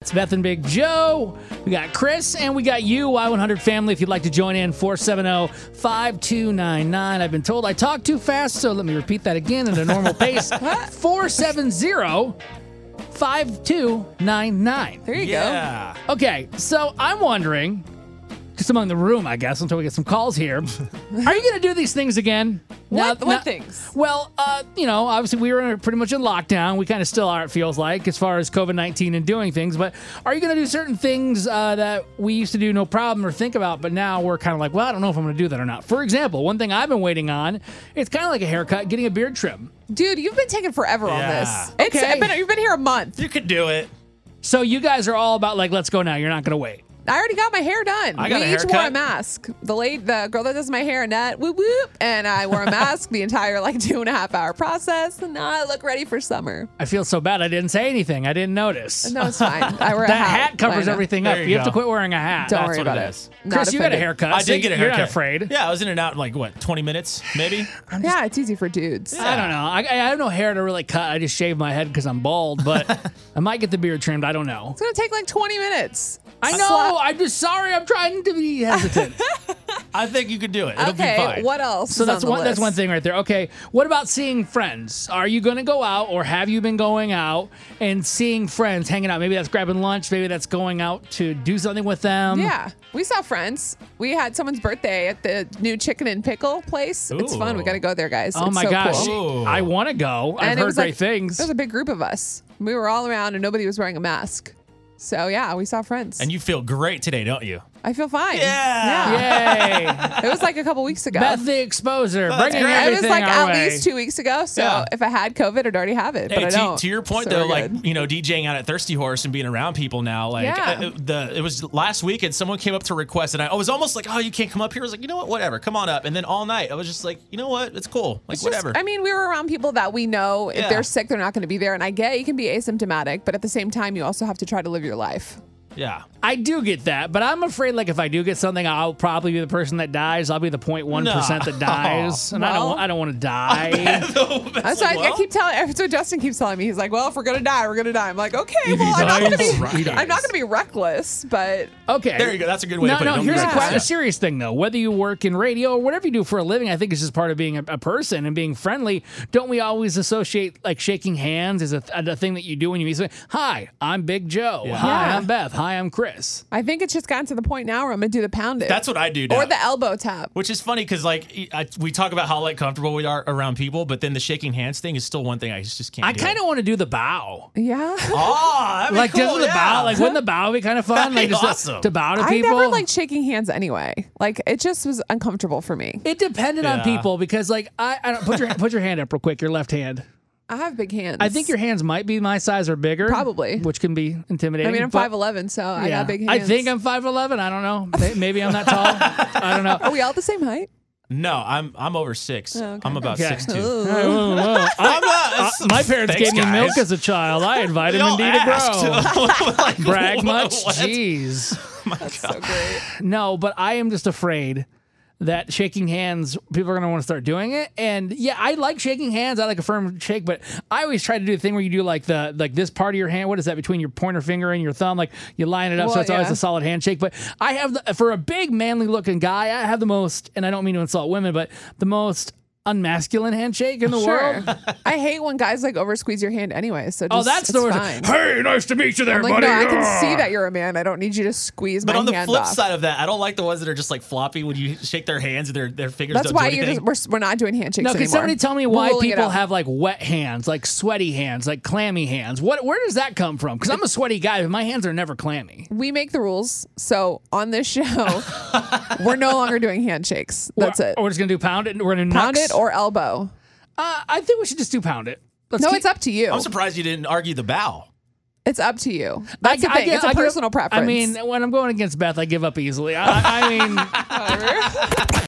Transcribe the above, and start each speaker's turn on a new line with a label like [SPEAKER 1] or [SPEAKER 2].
[SPEAKER 1] It's Beth and Big Joe. We got Chris and we got you, Y100 family. If you'd like to join in, 470 5299. I've been told I talk too fast, so let me repeat that again at a normal pace 470 5299.
[SPEAKER 2] There you
[SPEAKER 3] Yeah.
[SPEAKER 1] Okay, so I'm wondering, just among the room, I guess, until we get some calls here, are you going to do these things again?
[SPEAKER 2] What-
[SPEAKER 1] Now-
[SPEAKER 2] what
[SPEAKER 1] now-
[SPEAKER 2] things?
[SPEAKER 1] Well, uh, you know, obviously we were in- pretty much in lockdown. We kind of still are, it feels like, as far as COVID 19 and doing things. But are you going to do certain things uh, that we used to do no problem or think about, but now we're kind of like, well, I don't know if I'm going to do that or not? For example, one thing I've been waiting on, it's kind of like a haircut, getting a beard trim.
[SPEAKER 2] go. Dude, you've been taking forever
[SPEAKER 3] Yeah.
[SPEAKER 2] on this. It's,
[SPEAKER 1] Okay.
[SPEAKER 2] I've been, you've been here a month.
[SPEAKER 3] You could do it.
[SPEAKER 1] So you guys are all about, like, let's go now. You're not going to wait.
[SPEAKER 2] I already got my hair done.
[SPEAKER 3] I got
[SPEAKER 2] we
[SPEAKER 3] a
[SPEAKER 2] each wore a
[SPEAKER 3] haircut.
[SPEAKER 2] mask. The late, the girl that does my hair, Annette, whoop whoop, and I wore a mask the entire like two and a half hour process, and now I look ready for summer.
[SPEAKER 1] I feel so bad. I didn't say anything, I didn't notice.
[SPEAKER 2] No, it's fine. I wear a
[SPEAKER 1] That
[SPEAKER 2] hat.
[SPEAKER 1] hat covers
[SPEAKER 2] Lana.
[SPEAKER 1] everything
[SPEAKER 3] There
[SPEAKER 1] up. You,
[SPEAKER 3] you
[SPEAKER 1] have to
[SPEAKER 3] go.
[SPEAKER 1] quit wearing a hat.
[SPEAKER 2] Don't
[SPEAKER 1] That's
[SPEAKER 2] worry
[SPEAKER 1] what
[SPEAKER 2] about
[SPEAKER 1] it
[SPEAKER 2] it.
[SPEAKER 1] is.
[SPEAKER 2] Not
[SPEAKER 1] Chris, you got a
[SPEAKER 2] offended.
[SPEAKER 1] haircut.
[SPEAKER 3] I
[SPEAKER 1] so
[SPEAKER 3] did get a
[SPEAKER 1] you're
[SPEAKER 3] haircut.
[SPEAKER 1] not afraid.
[SPEAKER 3] Yeah, I was in and out in like what, 20 minutes, maybe.
[SPEAKER 2] Yeah, it's easy for dudes.
[SPEAKER 1] I don't know. I, I have no hair to really cut. I just shave my head because I'm bald, but I might get the beard trimmed. I don't know.
[SPEAKER 2] It's gonna take like 20 minutes.
[SPEAKER 1] I know.
[SPEAKER 2] Slap-
[SPEAKER 1] I'm just sorry. I'm trying to be hesitant.
[SPEAKER 3] I think you could do it. It'll be
[SPEAKER 2] okay,
[SPEAKER 3] fine.
[SPEAKER 2] what else?
[SPEAKER 1] so
[SPEAKER 2] is
[SPEAKER 1] that's
[SPEAKER 2] on the
[SPEAKER 1] one. That's
[SPEAKER 2] list?
[SPEAKER 1] one thing right there. Okay. What about seeing friends? Are you going to go out, or have you been going out and seeing friends, hanging out? Maybe that's grabbing lunch. Maybe that's going out to do something with them.
[SPEAKER 3] Hmm.
[SPEAKER 2] Yeah, we saw friends. We had someone's birthday at the new chicken and pickle place. It's fun. We
[SPEAKER 3] Ooh.
[SPEAKER 2] got to go there, guys.
[SPEAKER 1] Oh
[SPEAKER 2] It's
[SPEAKER 1] my
[SPEAKER 2] so
[SPEAKER 1] gosh.
[SPEAKER 2] Cool.
[SPEAKER 3] Ooh.
[SPEAKER 1] I want to go. I've
[SPEAKER 2] it
[SPEAKER 1] heard
[SPEAKER 2] was
[SPEAKER 1] great
[SPEAKER 2] like,
[SPEAKER 1] things.
[SPEAKER 2] There was a big group of us. We were all around and nobody was wearing a mask. So yeah, we saw friends.
[SPEAKER 3] and you feel great today, don't you?
[SPEAKER 2] I feel fine.
[SPEAKER 3] Yeah.
[SPEAKER 1] Yay.
[SPEAKER 2] It was like a couple weeks ago.
[SPEAKER 1] Beth the Exposer, bringing
[SPEAKER 3] great.
[SPEAKER 1] everything
[SPEAKER 2] it was like
[SPEAKER 1] our
[SPEAKER 2] at
[SPEAKER 1] way.
[SPEAKER 2] least two weeks ago. So
[SPEAKER 3] Yeah.
[SPEAKER 2] if I had COVID, I'd already have it. but
[SPEAKER 3] Hey,
[SPEAKER 2] I
[SPEAKER 3] to,
[SPEAKER 2] don't.
[SPEAKER 3] to your point
[SPEAKER 2] So
[SPEAKER 3] though,
[SPEAKER 2] we're
[SPEAKER 3] like
[SPEAKER 2] good.
[SPEAKER 3] you know, DJing out at Thirsty Horse and being around people now, like
[SPEAKER 2] Yeah.
[SPEAKER 3] uh, the it was last weekend. Someone came up to request, and I, I was almost like, "Oh, you can't come up here." I was like, "You know what? Whatever, come on up." And then all night, I was just like, "You know what? It's cool. Like
[SPEAKER 2] It's just-
[SPEAKER 3] whatever."
[SPEAKER 2] I mean, we were around people that we know. If
[SPEAKER 3] Yeah.
[SPEAKER 2] they're sick, they're not going to be there. And I get you can be asymptomatic, but at the same time, you also have to try to live your life.
[SPEAKER 3] yeah.
[SPEAKER 1] I do get that, but I'm afraid like if I do get something, I'll probably be the person that dies. I'll be the 0.1 percent that
[SPEAKER 3] No.
[SPEAKER 1] dies, and I don't
[SPEAKER 2] Well.
[SPEAKER 1] I don't want to die.
[SPEAKER 2] That's why I- I, keep telling. That's what Justin keeps telling me. He's like, "Well, if we're gonna die, we're gonna die." I'm like, "Okay, well, I'm not gonna
[SPEAKER 1] dies,
[SPEAKER 3] he
[SPEAKER 2] be,
[SPEAKER 3] dies.
[SPEAKER 2] I'm not gonna be reckless, but
[SPEAKER 1] Okay,
[SPEAKER 3] There you go. That's a good way
[SPEAKER 1] No,
[SPEAKER 3] to put it.
[SPEAKER 1] no.
[SPEAKER 3] Don't
[SPEAKER 1] Here's
[SPEAKER 3] be
[SPEAKER 1] a,
[SPEAKER 2] that.
[SPEAKER 1] quite,
[SPEAKER 3] Yeah.
[SPEAKER 1] a serious thing though. Whether you work in radio or whatever you do for a living, I think it's just part of being a, a person and being friendly. Don't we always associate like shaking hands is a, th- a thing that you do when you meet someone? Hi, I'm Big Joe. Hi,
[SPEAKER 2] Yeah.
[SPEAKER 1] I'm Beth. Hi, I'm Chris.
[SPEAKER 2] I think it's just gotten to the point now where I'm gonna do the pound it.
[SPEAKER 3] That's what I do now.
[SPEAKER 2] or the elbow tap.
[SPEAKER 3] Which is funny because like e, I, we talk about how like comfortable we are around people, but then the shaking hands thing is still one thing I just, just can't.
[SPEAKER 1] I
[SPEAKER 3] do.
[SPEAKER 1] kind of want to do the bow.
[SPEAKER 2] Yeah,
[SPEAKER 3] ah that'd be
[SPEAKER 1] Like
[SPEAKER 3] cool,
[SPEAKER 1] doesn't the
[SPEAKER 3] yeah.
[SPEAKER 1] bow like wouldn't the bow be kind of fun?
[SPEAKER 3] That'd
[SPEAKER 1] like
[SPEAKER 3] be
[SPEAKER 1] just to-
[SPEAKER 3] awesome.
[SPEAKER 1] to bow to
[SPEAKER 2] I
[SPEAKER 1] people.
[SPEAKER 2] never liked shaking hands anyway. Like it just was uncomfortable for me.
[SPEAKER 1] It depended on
[SPEAKER 3] Yeah.
[SPEAKER 1] people because, like, I, I don't put your put your hand up real quick. Your left hand.
[SPEAKER 2] I have big hands.
[SPEAKER 1] I think your hands might be my size or bigger,
[SPEAKER 2] Probably.
[SPEAKER 1] which can be intimidating.
[SPEAKER 2] I mean, I'm
[SPEAKER 1] but-
[SPEAKER 2] five eleven, so I
[SPEAKER 1] yeah.
[SPEAKER 2] got big hands.
[SPEAKER 1] I think I'm five eleven. I don't know. May- Maybe I'm that tall. I don't know.
[SPEAKER 2] Are we all the same height?
[SPEAKER 3] No, I'm I'm over six.
[SPEAKER 2] okay.
[SPEAKER 3] I'm about
[SPEAKER 1] Oh, Okay.
[SPEAKER 3] six two.
[SPEAKER 2] Ooh.
[SPEAKER 1] Whoa, whoa. I-
[SPEAKER 3] I'm not.
[SPEAKER 1] uh, my parents
[SPEAKER 3] Thanks,
[SPEAKER 1] gave me milk
[SPEAKER 3] guys.
[SPEAKER 1] as a child. I invite him
[SPEAKER 3] Y'all
[SPEAKER 1] indeed to grow.
[SPEAKER 3] asked. Like,
[SPEAKER 1] Brag
[SPEAKER 3] what-
[SPEAKER 1] much?
[SPEAKER 3] what?
[SPEAKER 1] Jeez.
[SPEAKER 2] That's so great.
[SPEAKER 1] No, but I am just afraid that shaking hands, people are going to want to start doing it. And yeah, I like shaking hands. I like a firm shake, but I always try to do the thing where you do like the like this part of your hand. What is that between your pointer finger and your thumb? Like you line it up, so
[SPEAKER 2] Well,
[SPEAKER 1] it's always
[SPEAKER 2] yeah.
[SPEAKER 1] a solid handshake. But I have the, for a big manly looking guy, I have the most, and I don't mean to insult women, but the most unmasculine handshake in the
[SPEAKER 2] Sure.
[SPEAKER 1] world.
[SPEAKER 2] I hate when guys like over squeeze your hand anyway. So just,
[SPEAKER 1] Oh, that's the
[SPEAKER 2] it's
[SPEAKER 1] worst.
[SPEAKER 2] fine.
[SPEAKER 1] Hey, nice to meet you there,
[SPEAKER 2] I'm like,
[SPEAKER 1] buddy.
[SPEAKER 2] no, I can see
[SPEAKER 1] Ah.
[SPEAKER 2] that you're a man. I don't need you to squeeze
[SPEAKER 3] But
[SPEAKER 2] my
[SPEAKER 3] on the
[SPEAKER 2] hand
[SPEAKER 3] flip
[SPEAKER 2] off.
[SPEAKER 3] side of that, I don't like the ones that are just like floppy when you shake their hands and their their fingers.
[SPEAKER 2] That's
[SPEAKER 3] don't
[SPEAKER 2] why
[SPEAKER 3] do
[SPEAKER 2] you're
[SPEAKER 3] anything.
[SPEAKER 2] just we're, we're not doing handshakes
[SPEAKER 1] No,
[SPEAKER 2] anymore.
[SPEAKER 1] can somebody tell me
[SPEAKER 2] We're
[SPEAKER 1] why
[SPEAKER 2] ruling it
[SPEAKER 1] people
[SPEAKER 2] out.
[SPEAKER 1] have like wet hands, like sweaty hands, like clammy hands? What, where does that come from? Because I'm a sweaty guy, but my hands are never clammy.
[SPEAKER 2] We make the rules. So on this show, we're no longer doing handshakes. That's
[SPEAKER 1] We're- oh,
[SPEAKER 2] it.
[SPEAKER 3] oh,
[SPEAKER 1] We're just gonna do pound it. and We're gonna
[SPEAKER 2] Pound
[SPEAKER 1] nux.
[SPEAKER 2] it or elbow.
[SPEAKER 1] Uh, I think we should just do pound it. Let's
[SPEAKER 2] No,
[SPEAKER 1] keep-
[SPEAKER 2] it's up to you.
[SPEAKER 3] I'm surprised you didn't argue the bow.
[SPEAKER 2] It's up to you.
[SPEAKER 1] I-
[SPEAKER 2] That's the
[SPEAKER 1] I
[SPEAKER 2] thing.
[SPEAKER 1] give-
[SPEAKER 2] it's a
[SPEAKER 1] I give-
[SPEAKER 2] personal preference.
[SPEAKER 1] I mean, when I'm going against Beth, I give up easily. I, I mean.
[SPEAKER 2] Whatever.